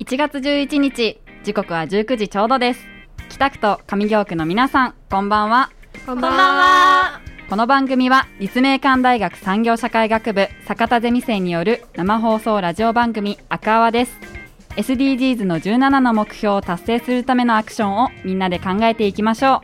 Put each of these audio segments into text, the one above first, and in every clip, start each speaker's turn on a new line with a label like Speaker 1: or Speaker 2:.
Speaker 1: 1月11日時刻は19時ちょうどです北区と上京区の皆さんこんばんは
Speaker 2: こ
Speaker 3: こ
Speaker 2: ん
Speaker 3: んばんは。
Speaker 1: この番組は立命館大学産業社会学部坂田ゼミ生による生放送ラジオ番組「赤泡」です SDGs の17の目標を達成するためのアクションをみんなで考えていきましょ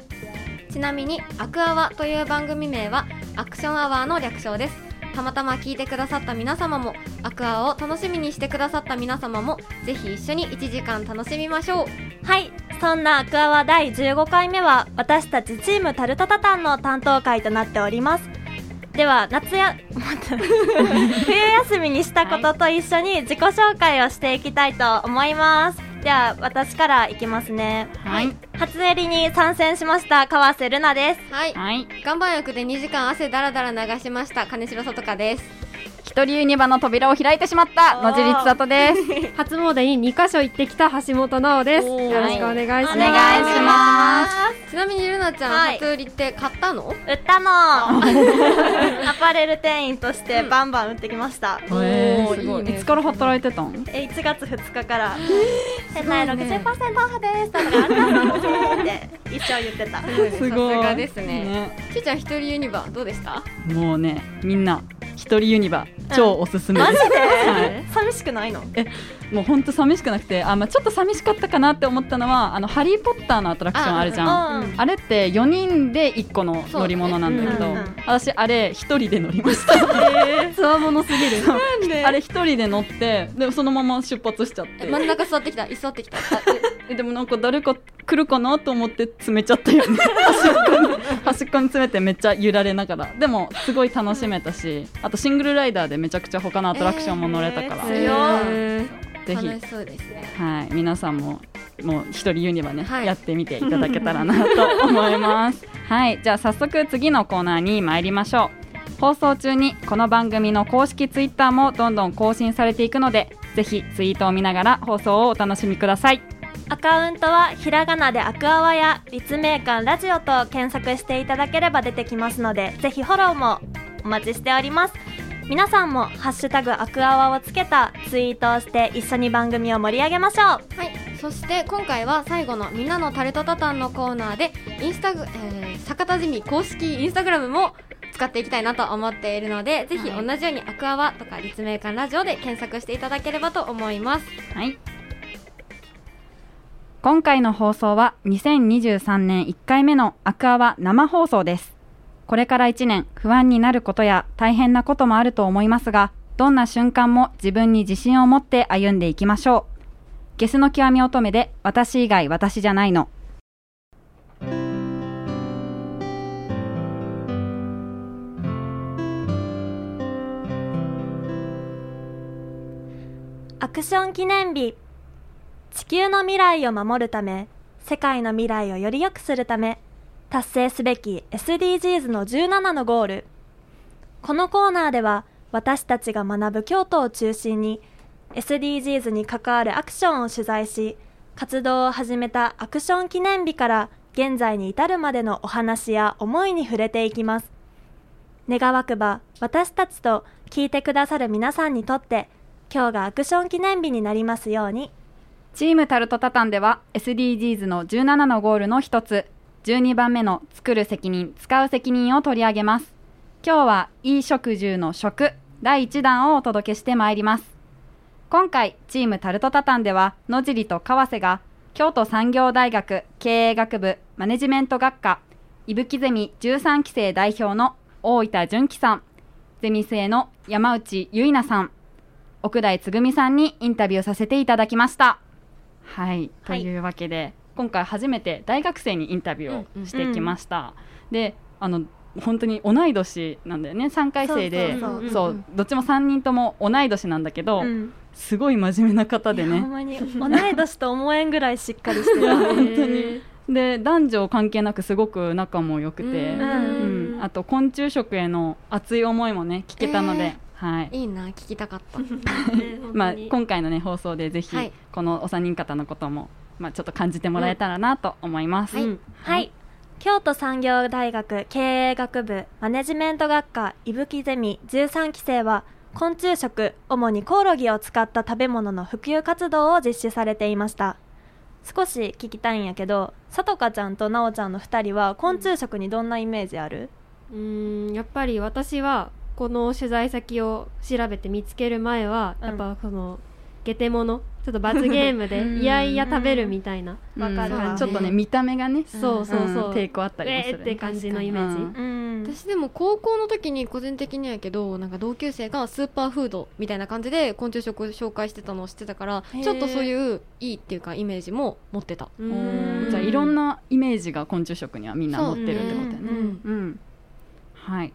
Speaker 1: う
Speaker 2: ちなみに「アクアワ」という番組名はアクションアワーの略称ですたまたま聞いてくださった皆様もアクアを楽しみにしてくださった皆様もぜひ一緒に1時間楽しみましょう
Speaker 3: はい。そんなアクアワ第15回目は、私たちチームタルタタタンの担当会となっております。では、夏や、 待って冬休みにしたことと一緒に自己紹介をしていきたいと思います。では、私からいきますね。
Speaker 1: はい
Speaker 3: 初襟に参戦しました、川瀬ルナです。
Speaker 2: はい
Speaker 1: はい
Speaker 2: 岩盤浴で2時間汗だらだら流しました金城さとかです
Speaker 1: 一人ユニバの扉を開いてしまった野尻千里です
Speaker 4: 初詣に2箇所行ってきた橋本奈緒です。
Speaker 3: おー
Speaker 4: よろしくお願いします。
Speaker 1: お願いします
Speaker 2: ちなみにルナちゃん、
Speaker 3: はい
Speaker 2: 初売りって買ったの
Speaker 3: 売った のアパレル店員としてバンバン売ってきました。
Speaker 1: へ
Speaker 2: おー
Speaker 1: ーすごい
Speaker 2: いいね
Speaker 1: いつから働いてたん
Speaker 3: え1月2日から店内
Speaker 2: すごいね
Speaker 3: 60%オフですとかあんなのって一生言ってた
Speaker 2: すさすがですねちーちゃん一人ユニバどうでした
Speaker 1: ねもうねみんな一人ユニバ超おすすめです、
Speaker 3: マジで
Speaker 1: は
Speaker 3: 寂しくないの
Speaker 1: い、もう本当寂しくなくてあ、まあ、ちょっと寂しかったかなって思ったのは「あのハリー・ポッター」のアトラクションあるじゃんあ,、
Speaker 3: うん
Speaker 1: れって4人で1個の乗り物なんだけど、
Speaker 3: そうねうんうん
Speaker 1: 私あれ1人で乗りました
Speaker 4: つわものすぎる。
Speaker 1: あれ1人で乗ってでもそのまま出発しちゃっ
Speaker 2: え
Speaker 1: て
Speaker 2: 真ん中座ってきた椅子座ってきた
Speaker 1: えでもなんか誰か来るかなと思って詰めちゃった よね端っこに端っこに詰めてめっちゃ揺られながらでもすごい楽しめたしあとシングルライダーでめちゃくちゃ他のアトラクションも乗れたから、
Speaker 3: え強い
Speaker 4: え
Speaker 1: ぜ
Speaker 2: 楽
Speaker 1: ひ、
Speaker 2: しそうですね
Speaker 1: はい、皆さんももう一人ユニバね、
Speaker 2: はい
Speaker 1: やってみていただけたらなと思い ます。はい、じゃあ早速次のコーナーに参りましょう。放送中にこの番組の公式ツイッターもどんどん更新されていくので、ぜひツイートを見ながら放送をお楽しみください。
Speaker 3: アカウントはひらがなでアクアワや立命館ラジオと検索していただければ出てきますのでぜひフォローもお待ちしております皆さんも「ハッシュタグアクアワ」をつけたツイートをして一緒に番組を盛り上げましょう
Speaker 2: はい、そして今回は最後のみんなのタルトタタンのコーナーでインスタグ、えー、坂田ゼミ公式インスタグラムも使っていきたいなと思っているので、ぜひ同
Speaker 1: はい
Speaker 2: じようにアクアワとか立命館ラジオで検索していただければと思います。
Speaker 1: はい。今回の放送は2023年1回目のアクアは生放送です。これから1年不安になることや大変なこともあると思いますが、どんな瞬間も自分に自信を持って歩んでいきましょう。ゲスの極み乙女で私以外私じゃないの。
Speaker 3: アクション記念日地球の未来を守るため世界の未来をより良くするため達成すべき SDGs の17のゴールこのコーナーでは私たちが学ぶ京都を中心に SDGs に関わるアクションを取材し活動を始めたアクション記念日から現在に至るまでのお話や思いに触れていきます願わくば私たちと聞いてくださる皆さんにとって今日がアクション記念日になりますように
Speaker 1: チームタルトタタンでは SDGs の17のゴールの一つ12番目の「作る責任使う責任」を取り上げます今日は「衣食住の食」第1弾をお届けしてまいります今回チームタルトタタンでは野尻と川瀬が京都産業大学経営学部マネジメント学科伊吹ゼミ13期生代表の大分純喜さんゼミ生の山内結菜さん奥台つぐみさんにインタビューさせていただきました。はい、と
Speaker 3: はい
Speaker 1: いうわけで、今回初めて大学生にインタビューをしてきました。であの本当に同い年なんだよね3回生
Speaker 3: そ
Speaker 1: で
Speaker 3: う
Speaker 2: そう
Speaker 1: そう
Speaker 2: うんうん
Speaker 1: どっちも3人とも同い年なんだけど、
Speaker 3: うん
Speaker 1: すごい真面目な方で
Speaker 3: いやほん
Speaker 1: ね
Speaker 3: まに同い年と思えんぐらいしっかりしてる
Speaker 1: 本当にで男女関係なくすごく仲も良くて、
Speaker 2: う
Speaker 1: うん
Speaker 2: ん
Speaker 1: あと昆虫食への熱い思いもね聞けたので、
Speaker 2: えー
Speaker 1: はい、
Speaker 2: いいな、聞きたかった。
Speaker 1: まあ、
Speaker 3: 本当に
Speaker 1: 今回の、ね、放送でぜひ、
Speaker 2: はい
Speaker 1: このお三人方のことも、まあ、ちょっと感じてもらえたらなと思います。
Speaker 2: うんはい
Speaker 3: はい京都産業大学経営学部マネジメント学科伊吹ゼミ13期生は昆虫食主にコオロギを使った食べ物の普及活動を実施されていました少し聞きたいんやけどさとかちゃんとなおちゃんの2人は昆虫食にどんなイメージある、
Speaker 4: うーんやっぱり私はこの取材先を調べて見つける前は、
Speaker 3: うん
Speaker 4: やっぱこのゲテモノちょっと罰ゲーム
Speaker 1: うん
Speaker 4: でいやいや食べるみたいな
Speaker 1: わ
Speaker 3: わかる
Speaker 1: ちょっとね見た目がね
Speaker 2: うん
Speaker 4: そうそうそう、
Speaker 1: ん抵抗あったりもする
Speaker 4: えーって感じのイメージ、
Speaker 1: うん
Speaker 3: うん、
Speaker 2: 私でも高校の時に個人的にやけどなんか同級生がスーパーフードみたいな感じで昆虫食を紹介してたのを知ってたから
Speaker 3: へー
Speaker 2: ちょっとそういういいっていうかイメージも持ってた
Speaker 4: うー
Speaker 3: うん
Speaker 1: じゃあいろんなイメージが昆虫食にはみんな持ってるってことやね
Speaker 3: そうね
Speaker 1: うん、はい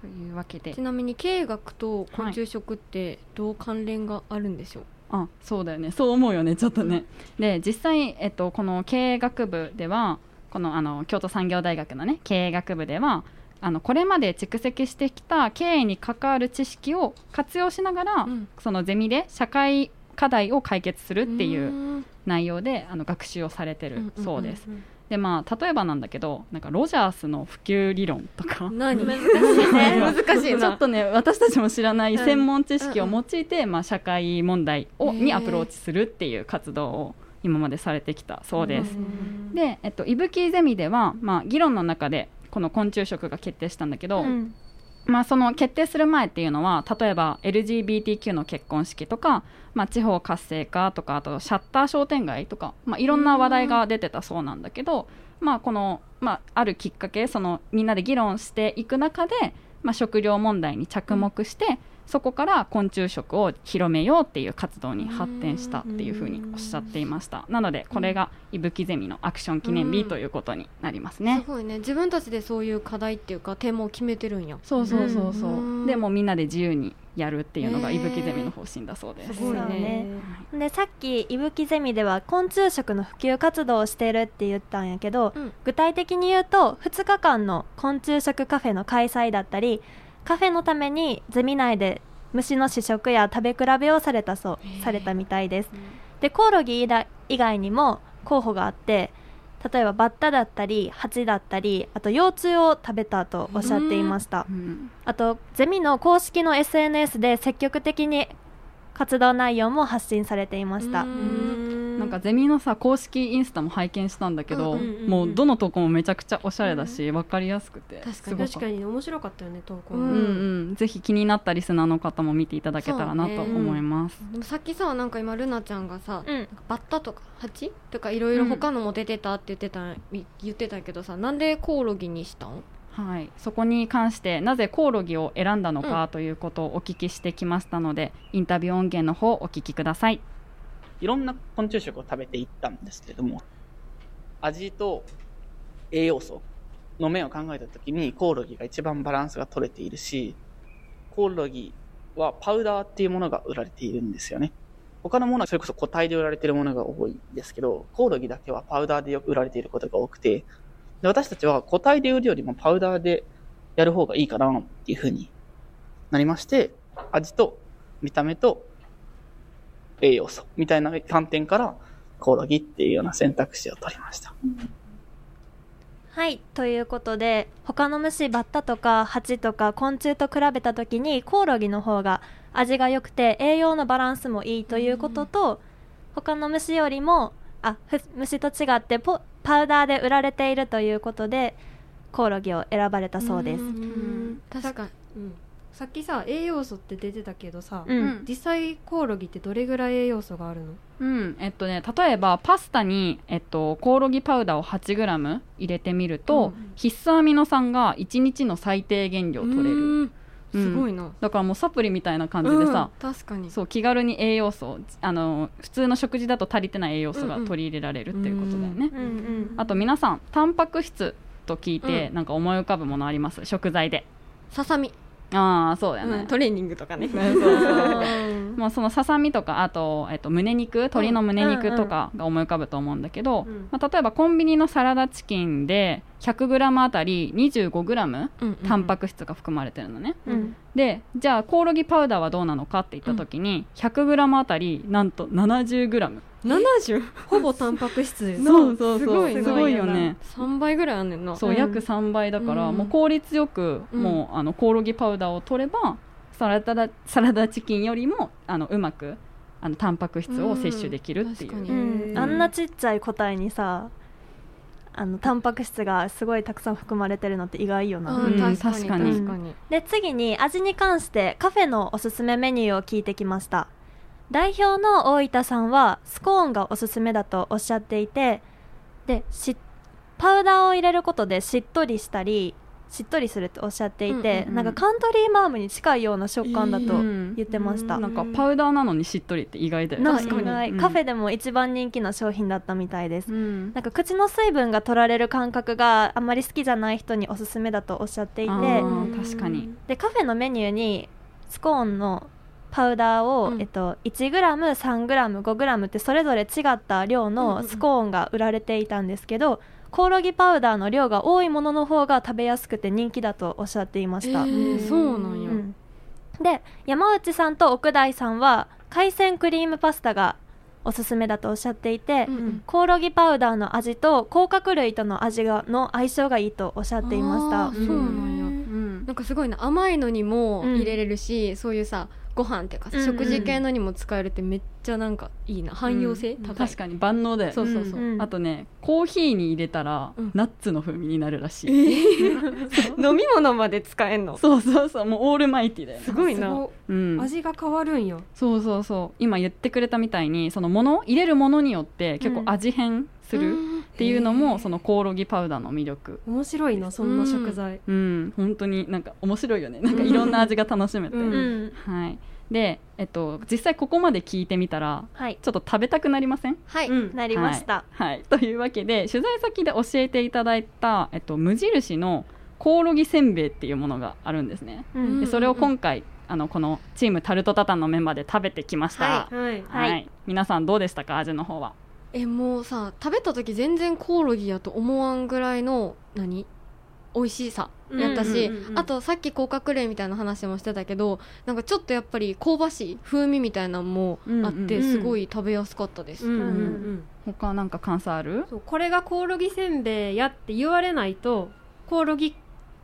Speaker 1: というわけで
Speaker 2: ちなみに経営学と昆虫食ってどう関連があるんでしょう、
Speaker 1: あそうだよねそう思うよねちょっとねで実際、えっと、この経営学部ではこのあの京都産業大学のね経営学部ではあのこれまで蓄積してきた経営に関わる知識を活用しながら、
Speaker 2: うん
Speaker 1: そのゼミで社会課題を解決するっていううん内容であの学習をされてるそうです、
Speaker 2: んん
Speaker 1: でまあ例えばなんだけどなんかロジャースの普及理論とか
Speaker 2: うん何難しいね
Speaker 1: 難
Speaker 2: 難しい
Speaker 1: ちょっ
Speaker 2: な
Speaker 1: とね私たちも知らない
Speaker 2: うん
Speaker 1: 専門知識を用いて、まあ、社会問題を
Speaker 2: へー
Speaker 1: にアプローチするっていう活動を今までされてきたそうです。
Speaker 2: うん
Speaker 1: で、えっと、いぶきゼミでは、まあ、議論の中でこの昆虫食が決定したんだけど、
Speaker 3: うん
Speaker 1: まあ、その決定する前っていうのは例えば LGBTQ の結婚式とか、まあ、地方活性化とかあとシャッター商店街とか、まあ、いろんな話題が出てたそうなんだけど、まあ、この、まあ、あるきっかけそのみんなで議論していく中で、まあ、食料問題に着目して、そこから昆虫食を広めようっていう活動に発展したっていうふうにおっしゃっていましたなのでこれがいぶきゼミのアクション記念日ということになりますね
Speaker 2: す。ごいね自分たちでそういう課題っていうかテーマを決めてるんや
Speaker 1: そうそうそうそう、
Speaker 2: うん
Speaker 1: でもうみんなで自由にやるっていうのが
Speaker 2: へー
Speaker 1: 伊吹ゼミの方針だそうです
Speaker 2: すごい
Speaker 3: そう
Speaker 2: ね
Speaker 3: ねでさっきいぶきゼミでは昆虫食の普及活動をしているって言ったんやけど、
Speaker 2: うん
Speaker 3: 具体的に言うと2日間の昆虫食カフェの開催だったりカフェのためにゼミ内で虫の試食や食べ比べをされたそう
Speaker 2: へー
Speaker 3: されたみたいですでコオロギ以外以外にも候補があって例えばバッタだったりハチだったりあと幼虫を食べたとおっしゃっていました
Speaker 1: うん
Speaker 3: あとゼミの公式の SNS で積極的に活動内容も発信されていました
Speaker 2: うん
Speaker 1: なんかゼミのさ公式インスタも拝見したんだけど、
Speaker 2: うんうん
Speaker 4: うんうん
Speaker 1: もうどのとこもめちゃくちゃおしゃれだし、わかりやすくて
Speaker 2: 確かに
Speaker 1: すご
Speaker 4: 確か
Speaker 1: に、
Speaker 4: にね面白かったよね投稿
Speaker 1: う
Speaker 4: も、
Speaker 1: んうん、ぜひ気になったリスナーの方も見ていただけたらなと思います、
Speaker 2: でもさっきさなんか今ルナちゃんがさ、
Speaker 3: うん
Speaker 2: バッタとかハチとかいろいろ他のも出てたって言ってた、み言ってたけどさなんでコオロギにしたん
Speaker 1: はい、そこに関してなぜコオロギを選んだのかということをお聞きしてきましたので、インタビュー音源の方お聞きください
Speaker 5: いろんな昆虫食を食べていったんですけれども、味と栄養素の面を考えたときに、コオロギが一番バランスが取れているし、コオロギはパウダーっていうものが売られているんですよね。他のものはそれこそ個体で売られているものが多いんですけど、コオロギだけはパウダーでよく売られていることが多くて、で私たちは個体で売るよりもパウダーでやる方がいいかなっていうふうになりまして、味と見た目と栄養素みたいな観点からコオロギっていうような選択肢を取りました。
Speaker 3: はいということで他の虫バッタとかハチとか昆虫と比べた時にコオロギの方が味が良くて栄養のバランスもいいということと、他の虫よりもあふ虫と違ってポパウダーで売られているということでコオロギを選ばれたそうです。
Speaker 4: ん
Speaker 2: 確かに
Speaker 4: うんさっきさ栄養素って出てたけどさ、
Speaker 3: うん
Speaker 1: うん
Speaker 4: 実際コオロギってどれぐらい栄養素があるの
Speaker 1: うん、えっとね、例えばパスタに、えっと、コオロギパウダーを 8g 入れてみると、必須アミノ酸が1日の最低限量取れる、
Speaker 2: る
Speaker 1: うん
Speaker 2: すごいな、
Speaker 1: だからもうサプリみたいな感じでさ、
Speaker 2: うん確かに
Speaker 1: そう気軽に栄養素あの普通の食事だと足りてない栄養素が取り入れられるっていうことだよね、
Speaker 3: うんうん
Speaker 1: あと皆さんタンパク質と聞いて、
Speaker 2: う
Speaker 1: なんか思い浮かぶものあります食材で
Speaker 2: ささみ、
Speaker 1: ああそうだよね、
Speaker 2: うんトレーニングとかね
Speaker 1: そうそ うそうもうそのささみとかあと、えっと、胸肉鶏の胸肉とかが思い浮かぶと思うんだけど、
Speaker 4: うん
Speaker 1: まあ、例えばコンビニのサラダチキンで 100g あたり 25g タンパ
Speaker 2: ク
Speaker 1: ク質が含まれてるのね、
Speaker 3: うん
Speaker 1: でじゃあコオロギパウダーはどうなのかって言った時に、100g あたりなんと 70g
Speaker 2: 70?
Speaker 4: ほぼタンパク 質
Speaker 1: そうそうそうすご
Speaker 2: すごい
Speaker 1: い,、
Speaker 2: な
Speaker 1: よね
Speaker 2: 3倍ぐらいあんねんな
Speaker 1: そう、
Speaker 4: うん
Speaker 1: 約3倍だから、
Speaker 2: うん
Speaker 1: もう効率よく、
Speaker 2: うん
Speaker 1: もうあのコオロギパウダーを取ればサラダサラダチキンよりもあのうまくあのタンパク質を摂取できるっていう、
Speaker 2: うん確かに
Speaker 3: うん、あんなちっちゃい個体にさあのタンパク質がすごいたくさん含まれてるのって意外よな、
Speaker 1: ん
Speaker 2: うん、確かに
Speaker 3: 確かで次に味に関してカフェのおすすめメニューを聞いてきました代表の大分さんはスコーンがおすすめだとおっしゃっていてでしパウダーを入れることでしっとりしたりしっとりするっておっしゃっていて、
Speaker 2: うんうん
Speaker 1: うん
Speaker 3: なんかカントリーマームに近いような食感だと
Speaker 1: うん
Speaker 3: 言ってました、
Speaker 1: なんかパウダーなのにしっとりって意外だよね
Speaker 3: な
Speaker 2: 確かに
Speaker 3: 意外
Speaker 1: うん
Speaker 3: カフェでも一番人気の商品だったみたいです、
Speaker 1: うん
Speaker 3: なんか口の水分が取られる感覚があんまり好きじゃない人におすすめだとおっしゃっていて
Speaker 1: あー確かに
Speaker 3: でカフェのメニューにスコーンのパウダーを、
Speaker 2: うん
Speaker 3: えっと、1g3g5g ってそれぞれ違った量
Speaker 2: うんうん
Speaker 3: の
Speaker 2: うん
Speaker 3: スコーンが売られていたんですけど、コオロギパウダーの量が多いものの方が食べやすくて人気だとおっしゃっていました、
Speaker 2: えーそうなんや、
Speaker 3: うんで山内さんと奥大さんは海鮮クリームパスタがおすすめだとおっしゃっていて、
Speaker 2: うんうん
Speaker 3: コオロギパウダーの味と甲殻類との味がの相性がいいとおっしゃっていました
Speaker 2: あーそうなんや、
Speaker 1: うん
Speaker 2: なんかすごいな甘いのにも
Speaker 3: うん
Speaker 2: 入れれるし、そういうさご飯っていうかさ、
Speaker 3: うんうん
Speaker 2: 食事系のにも使えるってめっちゃなんかいいな汎用性高い、
Speaker 1: 確かに万能だよね
Speaker 2: そうそうそう、
Speaker 3: うん
Speaker 1: あとねコーヒーに入れたら、
Speaker 2: うん
Speaker 1: ナッツの風味になるらし
Speaker 2: え
Speaker 1: い、
Speaker 2: ー飲み物まで使えんの
Speaker 1: そうそうそうもうオールマイティだよね
Speaker 2: すごいな
Speaker 1: うん、
Speaker 4: 味が変わるんよ
Speaker 1: そうそうそう今言ってくれたみたいにそのもの入れるものによって結構味変するっていうのも、そのコオロギパウダーの魅力
Speaker 4: 面白いなそんな食材、
Speaker 1: うん本当になんか面白いよねなんかいろんな味が楽しめて、
Speaker 4: うん
Speaker 3: うん
Speaker 1: はいでえっと実際ここまで聞いてみたら
Speaker 3: はい、
Speaker 1: ちょっと食べたくなりません
Speaker 2: はい、
Speaker 4: うん
Speaker 3: なりました。
Speaker 1: はい、 はいというわけで取材先で教えていただいた、えっと、無印のコオロギせんべいっていうものがあるんですね、
Speaker 3: うん
Speaker 1: でそれを今回あのこのチームタルトタタンのメンバーで食べてきました、
Speaker 2: は
Speaker 4: はい
Speaker 1: はい、
Speaker 3: は
Speaker 1: 皆さんどうでしたか味の方は
Speaker 2: えもうさ食べた時全然コオロギやと思わんぐらいの何美味しさやったし、
Speaker 4: うんうんうんうん
Speaker 2: あとさっき甲殻類みたいな話もしてたけどなんかちょっとやっぱり香ばしい風味みたいなのもあっ
Speaker 1: うんうん
Speaker 2: てすごい食べやすかったです、
Speaker 4: うんうんうん
Speaker 1: 他なんか感想ある
Speaker 4: そうこれがコオロギせんべいやって言われないとコオロギっ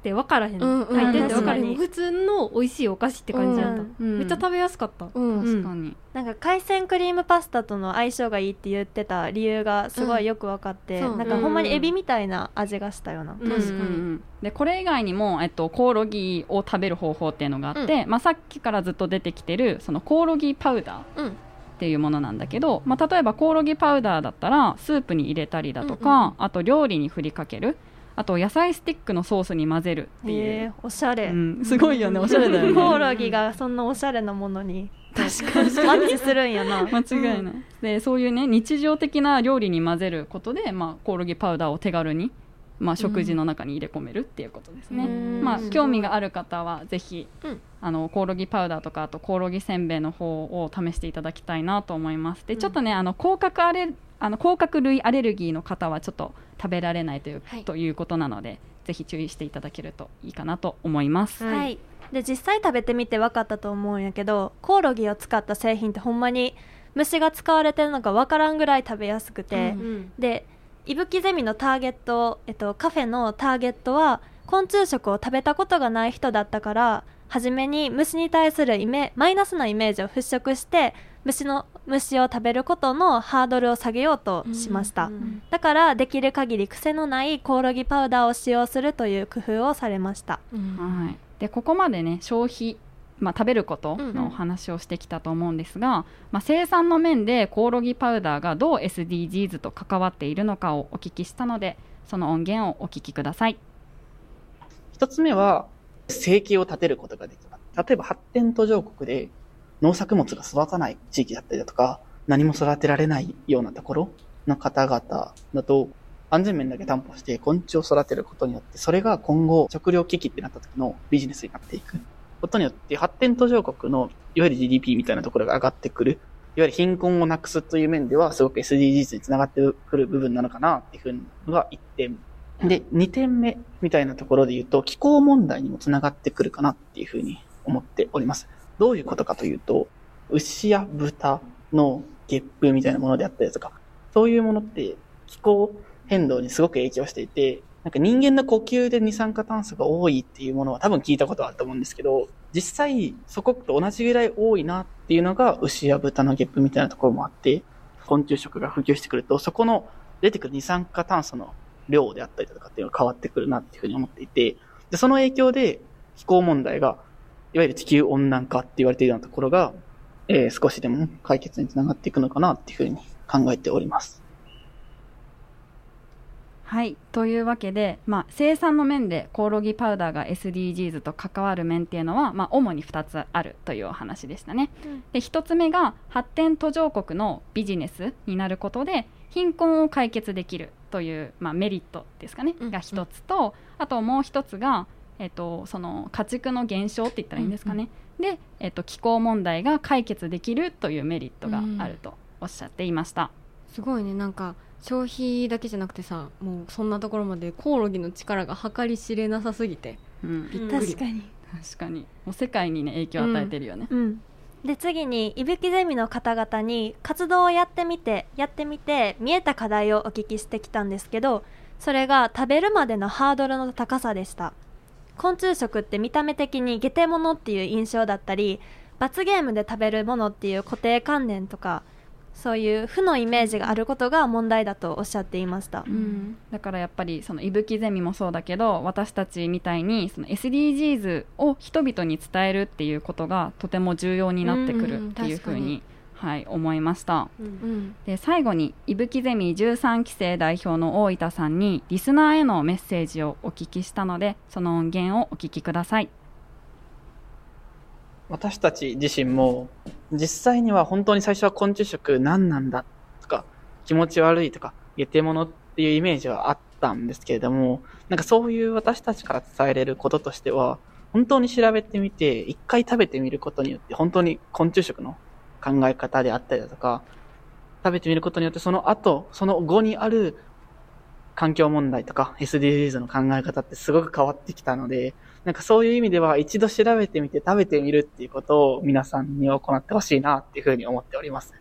Speaker 4: て分からへん、
Speaker 2: うんうん
Speaker 4: 書いてって分からへ
Speaker 3: うん
Speaker 4: ん
Speaker 3: 確か
Speaker 4: 普通の美味しいお菓子って感じだった、
Speaker 3: うん
Speaker 1: うん
Speaker 4: めっちゃ食べやすかった、
Speaker 2: うん
Speaker 1: 確かに、
Speaker 3: なんか海鮮クリームパスタとの相性がいいって言ってた理由がすごいよく分かって、
Speaker 2: うんそう
Speaker 3: なんかほんまにエビみたいな味がしたような。
Speaker 4: うん
Speaker 2: 確か
Speaker 1: う
Speaker 2: に
Speaker 1: んうんでこれ以外にも、えっと、コオロギを食べる方法っていうのがあって、まあ、さっきからずっと出てきてるそのコオロギパウダー
Speaker 2: うん
Speaker 1: っていうものなんだけど、まあ、例えばコオロギパウダーだったらスープに入れたりだとか、
Speaker 2: うんうん
Speaker 1: あと料理にふりかけるあと野菜スティックのソースに混ぜるってい
Speaker 3: えー、
Speaker 1: う、
Speaker 3: おしゃれ、
Speaker 1: うん、すごいよねおしゃれだよ ね
Speaker 3: コオロギがそんなおしゃれなものに
Speaker 1: 確
Speaker 3: マッチするんやな
Speaker 1: 間違いない、でそういうね日常的な料理に混ぜることで、まあ、コオロギパウダーを手軽に、まあ、食事の中に入れ込めるっていうことですね、
Speaker 3: うん
Speaker 1: まあ
Speaker 2: うん、
Speaker 1: 興味がある方はぜひ、
Speaker 2: うん
Speaker 1: あのコオロギパウダーとかあとコオロギせんべいの方を試していただきたいなと思いますで
Speaker 2: ん
Speaker 1: ちょっとね、あの甲殻アレあの甲殻類アレルギーの方はちょっと食べられないという,、
Speaker 2: はい
Speaker 1: ということなのでぜひ注意していただけるといいかなと思います、
Speaker 4: はい
Speaker 3: はい、で実際食べてみて分かったと思うんやけどコオロギを使った製品ってほんまに虫が使われてるのか分からんぐらい食べやすくて、
Speaker 2: うん
Speaker 3: でいぶきゼミのターゲット、えっと、カフェのターゲットは昆虫食を食べたことがない人だったから初めに虫に対するイメマイナスなイメージを払拭して虫の虫を食べることのハードルを下げようとしました、
Speaker 2: うんうん
Speaker 3: だからできる限り癖のないコオロギパウダーを使用するという工夫をされました
Speaker 2: うん
Speaker 1: はい、でここまでね消費、まあ、食べること
Speaker 2: うんうん
Speaker 1: のお話をしてきたと思うんですが、まあ、生産の面でコオロギパウダーがどう SDGs と関わっているのかをお聞きしたのでその音源をお聞きください。
Speaker 5: 一つ目は、生計を立てることができた。例えば発展途上国で農作物が育たない地域だったりだとか、何も育てられないようなところの方々だと、安全面だけ担保して昆虫を育てることによって、それが今後食糧危機ってなった時のビジネスになっていくことによって、発展途上国のいわゆる GDP みたいなところが上がってくる。いわゆる貧困をなくすという面では、すごく SDGs につながってくる部分なのかなっていうふうのが一点で、2点目みたいなところで言うと、気候問題にもつながってくるかなっていうふうに思っております。どういうことかというと、牛や豚のゲップみたいなものであったりとか、そういうものって気候変動にすごく影響していて、なんか人間の呼吸で二酸化炭素が多いっていうものは多分聞いたことあると思うんですけど、実際そこと同じぐらい多いなっていうのが牛や豚のゲップみたいなところもあって、昆虫食が普及してくると、そこの出てくる二酸化炭素の量であったりだとかっていうのが変わってくるなっていうふうに思っていて、で、その影響で気候問題が、いわゆる地球温暖化って言われているようなところが、えー少しでも解決につながっていくのかなっていうふうに考えております。
Speaker 1: はい、というわけで、まあ、生産の面でコオロギパウダーが SDGs と関わる面っていうのは、まあ、主に2つあるというお話でしたね。
Speaker 4: うん
Speaker 1: で1つ目が発展途上国のビジネスになることで貧困を解決できるという、まあ、メリットですかね
Speaker 2: うん
Speaker 1: が1つとあともう1つが、えっと、その家畜の減少って言ったらいいんですかね、で、えっと、気候問題が解決できるというメリットがあるとおっしゃっていました。
Speaker 2: すごいねなんか消費だけじゃなくてさもうそんなところまでコオロギの力が計り知れなさすぎて
Speaker 1: うん
Speaker 2: びっくり
Speaker 3: 確かに
Speaker 1: 確かにもう世界にね影響を与えてるよね、
Speaker 3: うん、で次にいぶきゼミの方々に活動をやってみてやってみて見えた課題をお聞きしてきたんですけどそれが食べるまでのハードルの高さでした昆虫食って見た目的に下手物っていう印象だったり罰ゲームで食べるものっていう固定観念とかそういう負のイメージがあることが問題だとおっしゃっていました、
Speaker 2: ん
Speaker 1: だからやっぱりそのいぶきゼミもそうだけど私たちみたいにその SDGs を人々に伝えるっていうことがとても重要になってく
Speaker 2: うんう
Speaker 1: る
Speaker 2: ん
Speaker 1: っていうふうに,、
Speaker 2: 確
Speaker 1: はい、思いました
Speaker 4: うん
Speaker 2: うん
Speaker 1: で最後にいぶきゼミ13期生代表の大分さんにリスナーへのメッセージをお聞きしたのでその音源をお聞きください
Speaker 5: 私たち自身も実際には本当に最初は昆虫食何なんだとか気持ち悪いとか下手者っていうイメージはあったんですけれどもなんかそういう私たちから伝えれることとしては本当に調べてみて一回食べてみることによって本当に昆虫食の考え方であったりだとか食べてみることによってその後その後にある環境問題とか SDGs の考え方ってすごく変わってきたのでなんかそういう意味では一度調べてみて食べてみるっていうことを皆さんに行ってほしいなっていうふうに思っております。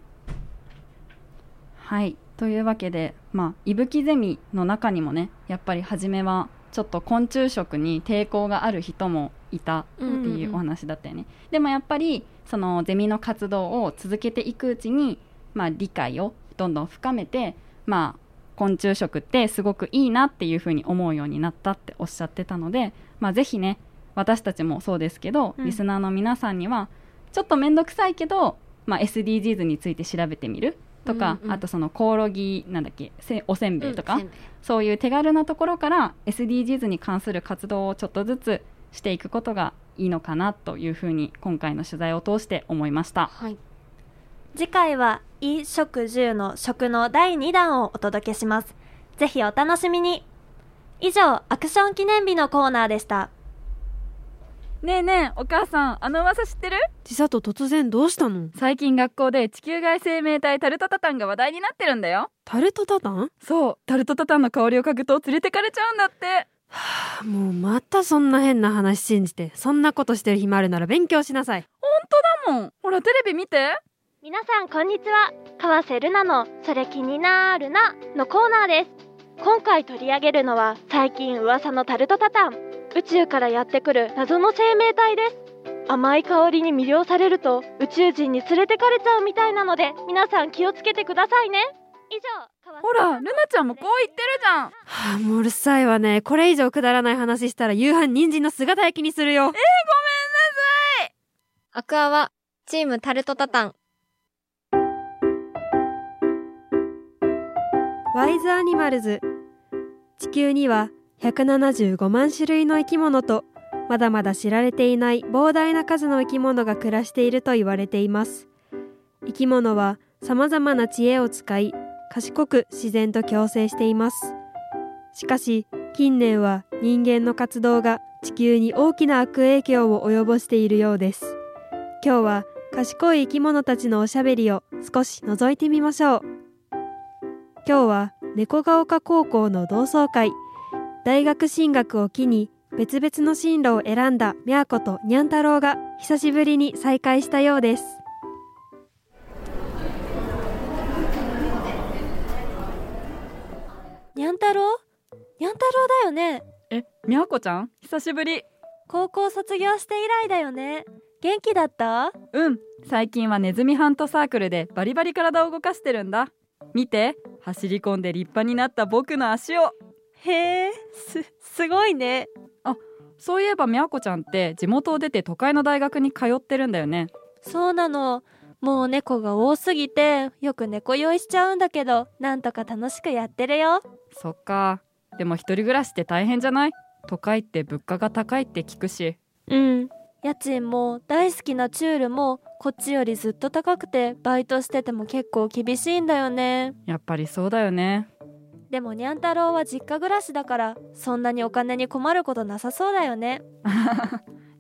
Speaker 1: はいというわけで、まあ、いぶきゼミの中にもねやっぱり初めはちょっと昆虫食に抵抗がある人もいた
Speaker 2: うん
Speaker 1: っていうお話だったよね、でもやっぱりそのゼミの活動を続けていくうちに、まあ、理解をどんどん深めて、まあ、昆虫食ってすごくいいなっていうふうに思うようになったっておっしゃってたので、まあ、ぜひね私たちもそうですけど、
Speaker 3: うん
Speaker 1: リスナーの皆さんにはちょっと面倒くさいけど、まあ、SDGs について調べてみるとか、
Speaker 2: うんうん
Speaker 1: あとそのコオロギなんだっけせおせんべいとか、
Speaker 2: うんせんべい
Speaker 1: そういう手軽なところから SDGs に関する活動をちょっとずつしていくことがいいのかなというふうに今回の取材を通して思いました。
Speaker 2: はい
Speaker 3: 次回は「衣食住の食」の第2弾をお届けしますぜひお楽しみに以上アクション記念日のコーナーでした
Speaker 1: ねえねえお母さんあの噂知ってる
Speaker 6: ちさと突然どうしたの
Speaker 1: 最近学校で地球外生命体タルトタタンが話題になってるんだよ
Speaker 6: タルトタタンは
Speaker 1: そうタルトタタンの香りを嗅ぐと連れてかれちゃうんだって
Speaker 6: あもうまたそんな変な話信じてそんなことしてる暇あるなら勉強しなさい
Speaker 1: だもんほらテレビ見て
Speaker 3: 皆さんこんにちは川瀬ルナの「それ気になるな」のコーナーです今回取り上げるのは最近噂のタルトタタン宇宙からやってくる謎の生命体です甘い香りに魅了されると宇宙人に連れてかれちゃうみたいなので皆さん気をつけてくださいね以上川瀬
Speaker 1: ほらルナちゃんもこう言ってるじゃん
Speaker 6: はあもううるさいわねこれ以上くだらない話したら夕飯人参の姿焼きにするよ
Speaker 2: アクアはチームタルトタタン
Speaker 6: ワイズアニマルズ地球には175万種類の生き物とまだまだ知られていない膨大な数の生き物が暮らしていると言われています生き物は様々な知恵を使い賢く自然と共生していますしかし近年は人間の活動が地球に大きな悪影響を及ぼしているようです今日は賢い生き物たちのおしゃべりを少し覗いてみましょう今日は猫ヶ丘高校の同窓会大学進学を機に別々の進路を選んだみゃーことにゃん太郎が久しぶりに再会したようです
Speaker 3: にゃん太郎にゃん太郎だよね
Speaker 1: え、みやこちゃん久しぶり。
Speaker 3: 高校卒業して以来だよね元気だった
Speaker 1: うん、最近はネズミハントサークルでバリバリ体を動かしてるんだ。見て、走り込んで立派になった僕の足を。
Speaker 3: へえすすごいね
Speaker 1: そういえばみやこちゃんって地元を出て都会の大学に通ってるんだよね。
Speaker 3: そうなのもう猫が多すぎてよく猫酔いしちゃうんだけどなんとか楽しくやってるよ
Speaker 1: そっか。でも一人暮らしって大変じゃない都会って物価が高いって聞くし。
Speaker 3: うん家賃も大好きなチュールもこっちよりずっと高くてバイトしてても結構厳しいんだよね
Speaker 1: やっぱりそうだよね。
Speaker 3: でもにゃん太郎は実家暮らしだからそんなにお金に困ることなさそうだよね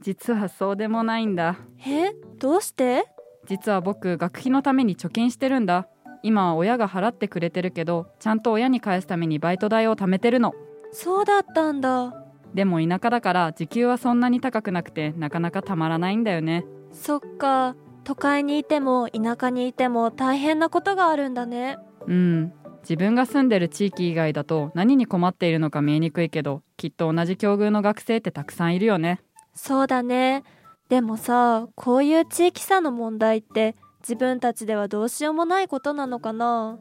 Speaker 1: 実はそうでもないんだ。
Speaker 3: えどうして
Speaker 1: 実は僕学費のために貯金してるんだ今は親が払ってくれてるけどちゃんと親に返すためにバイト代を貯めてるの
Speaker 3: そうだったんだ
Speaker 1: でも田舎だから時給はそんなに高くなくてなかなかたまらないんだよね
Speaker 3: そっか都会にいても田舎にいても大変なことがあるんだね
Speaker 1: うん自分が住んでる地域以外だと何に困っているのか見えにくいけどきっと同じ境遇の学生ってたくさんいるよね
Speaker 3: そうだねでもさこういう地域差の問題って自分たちではどうしようもないことなのかな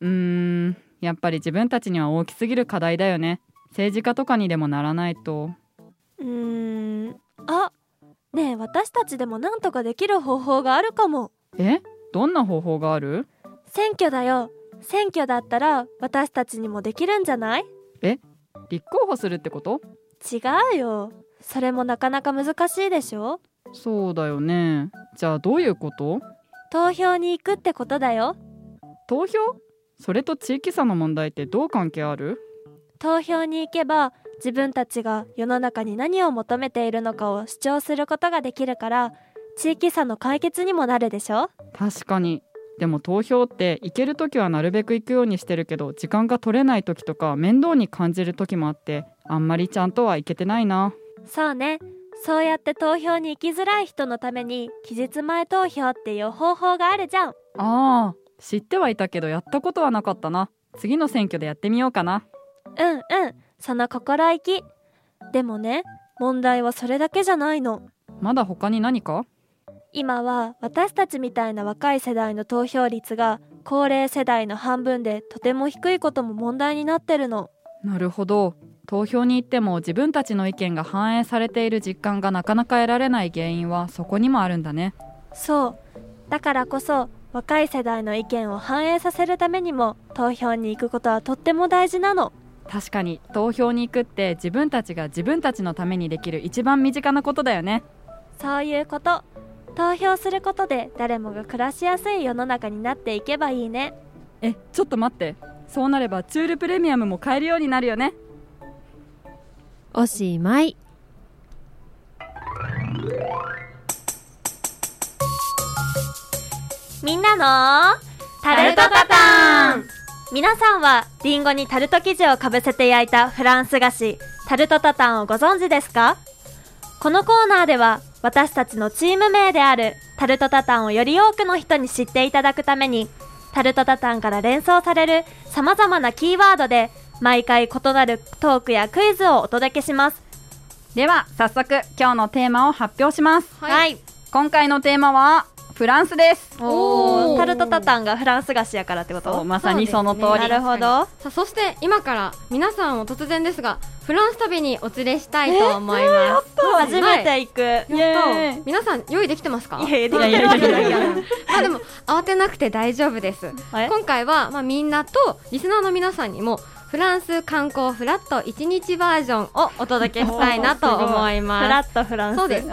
Speaker 1: うーんやっぱり自分たちには大きすぎる課題だよね政治家とかにでもならないと
Speaker 3: うーんあねえ私たちでもなんとかできる方法があるかも
Speaker 1: えどんな方法がある
Speaker 3: 選挙だよ選挙だったら私たちにもできるんじゃない
Speaker 1: 立候補するってこと
Speaker 3: 違うよそれもなかなか難しいでしょ
Speaker 1: そうだよねじゃあどういうこと
Speaker 3: 投票に行くってことだよ
Speaker 1: 投票それと地域差の問題ってどう関係ある
Speaker 3: 投票に行けば自分たちが世の中に何を求めているのかを主張することができるから地域差の解決にもなるでしょ
Speaker 1: 確かにでも投票って行ける時はなるべく行くようにしてるけど時間が取れない時とか面倒に感じる時もあってあんまりちゃんとは行けてないな
Speaker 3: そうねそうやって投票に行きづらい人のために期日前投票っていう方法があるじゃん
Speaker 1: あー知ってはいたけどやったことはなかったな次の選挙でやってみようかな
Speaker 3: うんうんその心意気でもね問題はそれだけじゃないの
Speaker 1: まだ他に何か
Speaker 3: 今は私たちみたいな若い世代の投票率が高齢世代の半分でとても低いことも問題になってるの
Speaker 1: なるほど投票に行っても自分たちの意見が反映されている実感がなかなか得られない原因はそこにもあるんだね
Speaker 3: そうだからこそ若い世代の意見を反映させるためにも投票に行くことはとっても大事なの
Speaker 1: 確かに投票に行くって自分たちが自分たちのためにできる一番身近なことだよね
Speaker 3: そういうこと投票することで誰もが暮らしやすい世の中になっていけばいいね
Speaker 1: えちょっと待ってそうなればチュールプレミアムも買えるようになるよね
Speaker 4: おしまい
Speaker 3: みんなのタルトタタン皆さんはリンゴにタルト生地をかぶせて焼いたフランス菓子タルトタタンをご存知ですかこのコーナーでは私たちのチーム名であるタルトタタンをより多くの人に知っていただくためにタルトタタンから連想されるさまざまなキーワードで毎回異なるトークやクイズをお届けします
Speaker 1: では早速今日のテーマを発表します
Speaker 2: はい。
Speaker 1: 今回のテーマはフランスです
Speaker 2: おー
Speaker 3: タルトタタンがフランス菓子やからってこ
Speaker 1: そう
Speaker 3: と
Speaker 1: まさにその通り
Speaker 2: そうで
Speaker 3: な
Speaker 2: すね
Speaker 3: るほど
Speaker 2: さあそして今から皆さんを突然ですがフランス旅にお連れしたいと思います。
Speaker 3: 初めて行く、
Speaker 2: やっ
Speaker 1: イエー
Speaker 2: と皆さん用意できてますか
Speaker 3: いやいや、できてるわけないやん。
Speaker 2: まあでも慌てなくて大丈夫です。
Speaker 3: あれ
Speaker 2: 今回は、まあ、みんなとリスナーの皆さんにもフランス観光フラット1日バージョンをお届けしたいなと思い
Speaker 3: フ
Speaker 2: ま
Speaker 3: ラ
Speaker 2: す。
Speaker 3: ットフランス。
Speaker 2: そうです。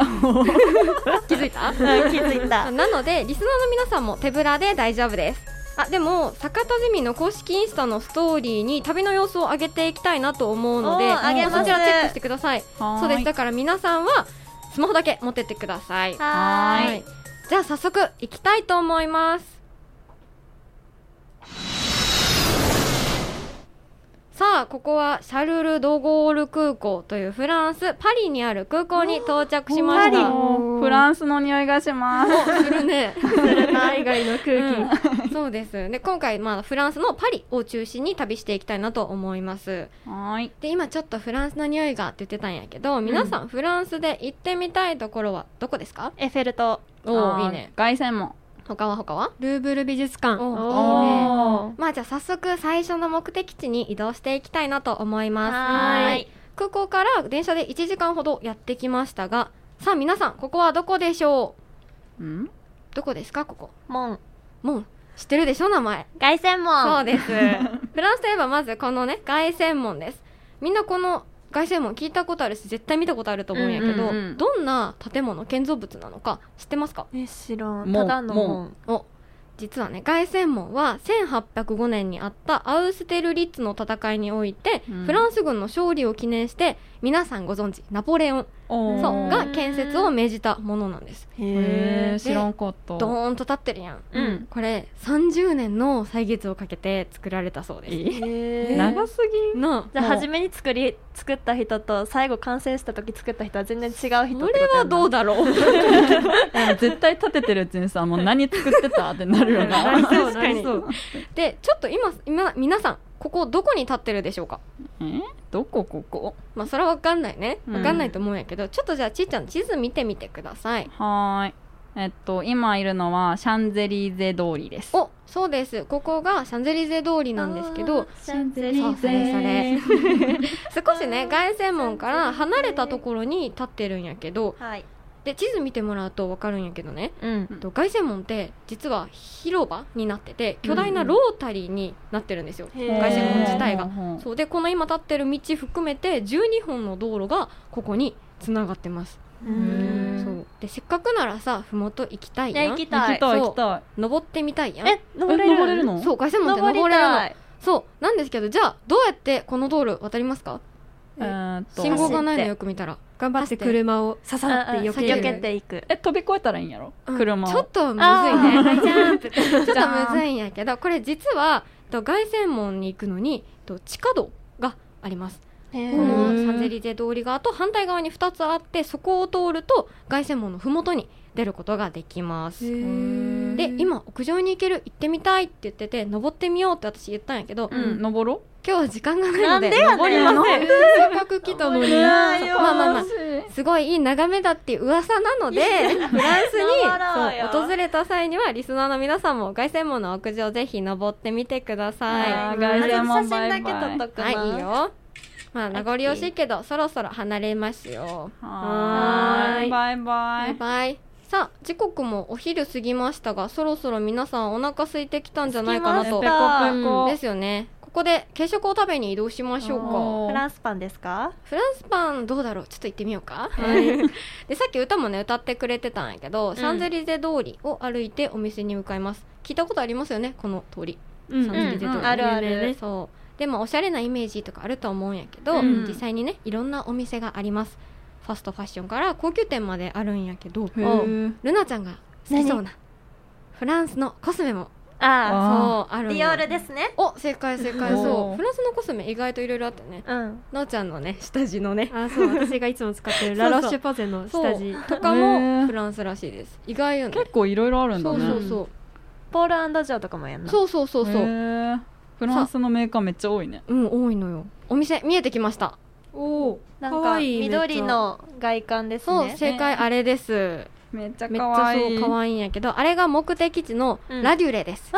Speaker 2: 気づいた
Speaker 3: うん。気づいた。
Speaker 2: なのでリスナーの皆さんも手ぶらで大丈夫ですあでも坂田ゼミの公式インスタのストーリーに旅の様子を上げていきたいなと思うので
Speaker 3: おー上げます
Speaker 2: そちらチェックしてください
Speaker 1: はーい
Speaker 2: そうですだから皆さんはスマホだけ持ってってください
Speaker 1: はーい
Speaker 2: じゃあ早速行きたいと思いますさあここはシャルル・ドゴール空港というフランスパリにある空港に到着しました
Speaker 1: もうフランスの匂いがします。
Speaker 2: おするね、
Speaker 4: 海外の空気。
Speaker 2: うんそうですで今回、まあ、フランスのパリを中心に旅していきたいなと思います
Speaker 1: はーい。
Speaker 2: で今ちょっとフランスの匂いがって言ってたんやけど皆さん、フランスで行ってみたいところはどこですか
Speaker 3: エッフェル塔
Speaker 2: お
Speaker 1: あ
Speaker 2: お
Speaker 1: ー
Speaker 2: いいね
Speaker 1: 凱旋門。
Speaker 2: 他は他は
Speaker 4: ルーブル美術館。
Speaker 2: お
Speaker 4: お
Speaker 2: いいね
Speaker 4: ー
Speaker 2: まあじゃあ早速最初の目的地に移動していきたいなと思います
Speaker 3: はーい
Speaker 2: 空港から電車で1時間ほどやってきましたがさあ皆さんここはどこでしょ
Speaker 1: うん？
Speaker 2: うどこですかここ
Speaker 3: 門
Speaker 2: もう知ってるでしょ名前
Speaker 3: 凱旋
Speaker 2: そう
Speaker 3: 門
Speaker 2: ですフランスといえばまずこのね凱旋門ですみんなこの凱旋門聞いたことあるし絶対見たことあると思うんやけど、
Speaker 1: うんうんうん
Speaker 2: どんな建物建造物なのか知ってますか
Speaker 3: え知らん
Speaker 5: 門
Speaker 3: ただの門
Speaker 2: お実はね凱旋門は1805年にあったアウステルリッツの戦いにおいて、
Speaker 1: うん
Speaker 2: フランス軍の勝利を記念して皆さんご存知ナポレオン
Speaker 1: お
Speaker 2: そう
Speaker 1: が
Speaker 2: が建設を命じたものなんです
Speaker 1: へー
Speaker 3: へ
Speaker 1: 知らんかった。
Speaker 2: ドーンと立ってるやん、
Speaker 3: うん
Speaker 2: これ30年の歳月をかけて作られたそうです
Speaker 1: え
Speaker 3: え
Speaker 1: 長すぎん。
Speaker 2: な
Speaker 3: じゃあ
Speaker 1: もう
Speaker 3: 初めに作り作った人と最後完成した時作った人は全然違う人って
Speaker 2: あ
Speaker 3: こ
Speaker 2: ことれはどう
Speaker 3: う
Speaker 2: だろう
Speaker 1: でも絶対立ててるうちにさ、もう何作ってたってなるよ な。
Speaker 4: なりそう
Speaker 1: 確かに
Speaker 4: なり
Speaker 2: でちょっと今今皆さんここどこに立ってるでしょうか
Speaker 1: え？どこここ？
Speaker 2: まあそれは分かんないね
Speaker 1: うん
Speaker 2: 分かんないと思うんやけど、ちょっとじゃあちーちゃん地図見てみてください
Speaker 1: はーい。えっと今いるのはシャンゼリーゼ通りです。
Speaker 2: おそうですここがシャンゼリゼ通りなんですけど
Speaker 3: シャンゼ
Speaker 2: リゼそうそれそれ少しね凱旋門から離れたところに立ってるんやけど
Speaker 3: はい
Speaker 2: で地図見てもらうと分かるんやけどね
Speaker 3: うん
Speaker 2: と凱旋門って実は広場になってて巨大なロータリーになってるんですよ、
Speaker 3: へー
Speaker 2: 凱旋門自体が
Speaker 1: ほうほうほう
Speaker 2: そうでこの今立ってる道含めて12本の道路がここに繋がってます、
Speaker 3: う
Speaker 1: ーん
Speaker 2: そうでせっかくならさ麓行きたい
Speaker 3: いや
Speaker 2: や
Speaker 3: 行
Speaker 2: ん
Speaker 3: き
Speaker 1: 行
Speaker 3: た
Speaker 1: き
Speaker 3: い
Speaker 1: たい
Speaker 2: そう
Speaker 1: 行きたい。
Speaker 2: 登ってみたいやん
Speaker 3: え登れる
Speaker 1: え登れるの
Speaker 2: そう凱旋門って
Speaker 3: 登り
Speaker 2: 登れるの
Speaker 3: たい
Speaker 2: そうなんですけどじゃあどうやってこの道路渡りますか
Speaker 1: えーっと
Speaker 2: 信号がないのよく見たら
Speaker 4: 頑張って車をささって避け
Speaker 2: 避
Speaker 4: る。
Speaker 2: け
Speaker 3: 避
Speaker 2: る
Speaker 3: けていく
Speaker 1: え飛び越えたらいいんやろ？
Speaker 2: うん
Speaker 1: 車を。
Speaker 2: ちょっとむずい
Speaker 3: あー
Speaker 2: ね
Speaker 3: ジャンプ
Speaker 2: ちょっとむずいんやけどこれ実はと凱旋門に行くのにと地下道がありますこのシャンゼリゼ通り側と反対側に2つあってそこを通ると凱旋門の麓に出ることができます
Speaker 4: ー
Speaker 2: で今屋上に行ける行ってみたいって言ってて登ってみようって私言ったんやけど、
Speaker 1: うん登ろう。
Speaker 2: 今日は時間がないので登り
Speaker 3: やねん
Speaker 2: ませんせっかく来たのにまあまあまあすごいいい眺めだっていう噂なのでフランス
Speaker 3: 登ろう
Speaker 2: に
Speaker 3: よ
Speaker 2: そう訪れた際にはリスナーの皆さんも凱旋門の屋上ぜひ登ってみてください。
Speaker 1: あー凱旋門バイバイ
Speaker 3: 写真だけ撮っとくな
Speaker 2: はい、いいよ。まあ、名残惜しいけど、そろそろ離れますよ。
Speaker 1: はーい。バイバ
Speaker 2: バイ
Speaker 1: イ。
Speaker 2: バイ。さあ、時刻もお昼過ぎましたが、そろそろ皆さんお腹空いてきたんじゃないかなと
Speaker 3: 着き。ま
Speaker 1: ペ
Speaker 3: し
Speaker 1: コペコ
Speaker 2: うんですよね。ここで軽食を食べに移動しましょうか。
Speaker 1: おー
Speaker 3: フランスパンですか
Speaker 2: フランスパンどうだろうちょっと行ってみようか。で、さっき歌もね、歌ってくれてたんやけど、シャンゼリゼ通りを歩いてお店に向かいます。聞いたことありますよねこの通り。
Speaker 4: うん
Speaker 2: シャンゼリゼ通り。
Speaker 3: あるある
Speaker 4: 有名ね
Speaker 2: そうでまあおしゃれなイメージとかあると思うんやけど、
Speaker 1: うん
Speaker 2: 実際にねいろんなお店がありますファストファッションから高級店まであるんやけど
Speaker 1: へ
Speaker 2: ル
Speaker 1: ー
Speaker 2: ナちゃんが好きそうなフランスのコスメも
Speaker 3: あ
Speaker 1: あ
Speaker 2: そうあ
Speaker 3: あ
Speaker 2: る
Speaker 3: デ
Speaker 2: の
Speaker 3: ィオールですね
Speaker 2: お正解正解
Speaker 1: おー
Speaker 2: そうフランスのコスメ意外といろいろあってね
Speaker 3: うん
Speaker 2: なおちゃんのね下地のね
Speaker 4: あ、そう、私がいつも使ってる
Speaker 2: そう
Speaker 4: ラ
Speaker 2: そう
Speaker 4: ロッシュポゼの
Speaker 2: 下
Speaker 4: 下
Speaker 2: 地
Speaker 4: 地。
Speaker 2: とか
Speaker 1: へ
Speaker 2: も
Speaker 1: ー
Speaker 2: フランスらしいです意外よね
Speaker 1: 結構いろいろあるんだ
Speaker 2: そう
Speaker 1: ね。
Speaker 2: そうそう
Speaker 3: ポールアンドジョーとかもやんな
Speaker 2: そうそうそうそ
Speaker 1: へ
Speaker 2: う
Speaker 1: ーフランスのメーカーめっちゃ多いね。
Speaker 2: うん多いのよお店見えてきました
Speaker 4: おお。
Speaker 3: なん
Speaker 4: 可
Speaker 3: か
Speaker 4: 愛いめっちゃ
Speaker 3: 緑の外観です
Speaker 2: そう
Speaker 3: ね
Speaker 2: 正解あれです
Speaker 1: めっちゃ
Speaker 2: めっち
Speaker 1: 可
Speaker 2: ゃ
Speaker 1: 愛
Speaker 2: そ
Speaker 1: いう
Speaker 2: 可愛いんやけどあれが目的地の
Speaker 3: うん
Speaker 2: ラデュレです、